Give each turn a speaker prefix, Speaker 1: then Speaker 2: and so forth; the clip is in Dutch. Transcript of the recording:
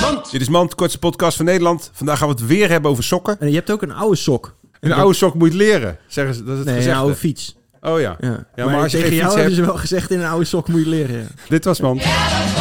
Speaker 1: Mand. Dit is Mand, kortste podcast van Nederland. Vandaag gaan we het weer hebben over sokken.
Speaker 2: En je hebt ook een oude sok.
Speaker 1: Een oude sok moet je leren, zeggen ze. Dat is het
Speaker 2: Nee, een
Speaker 1: gezegde.
Speaker 2: oude fiets.
Speaker 1: Oh ja.
Speaker 2: Ja.
Speaker 1: ja maar, als je
Speaker 2: tegen
Speaker 1: geen
Speaker 2: jou
Speaker 1: fiets
Speaker 2: hebben
Speaker 1: hebt...
Speaker 2: ze wel gezegd in een oude sok moet je leren. ja.
Speaker 1: Dit was Mand.
Speaker 3: California.